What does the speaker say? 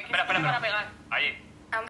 espera, espera. espera. Ahí.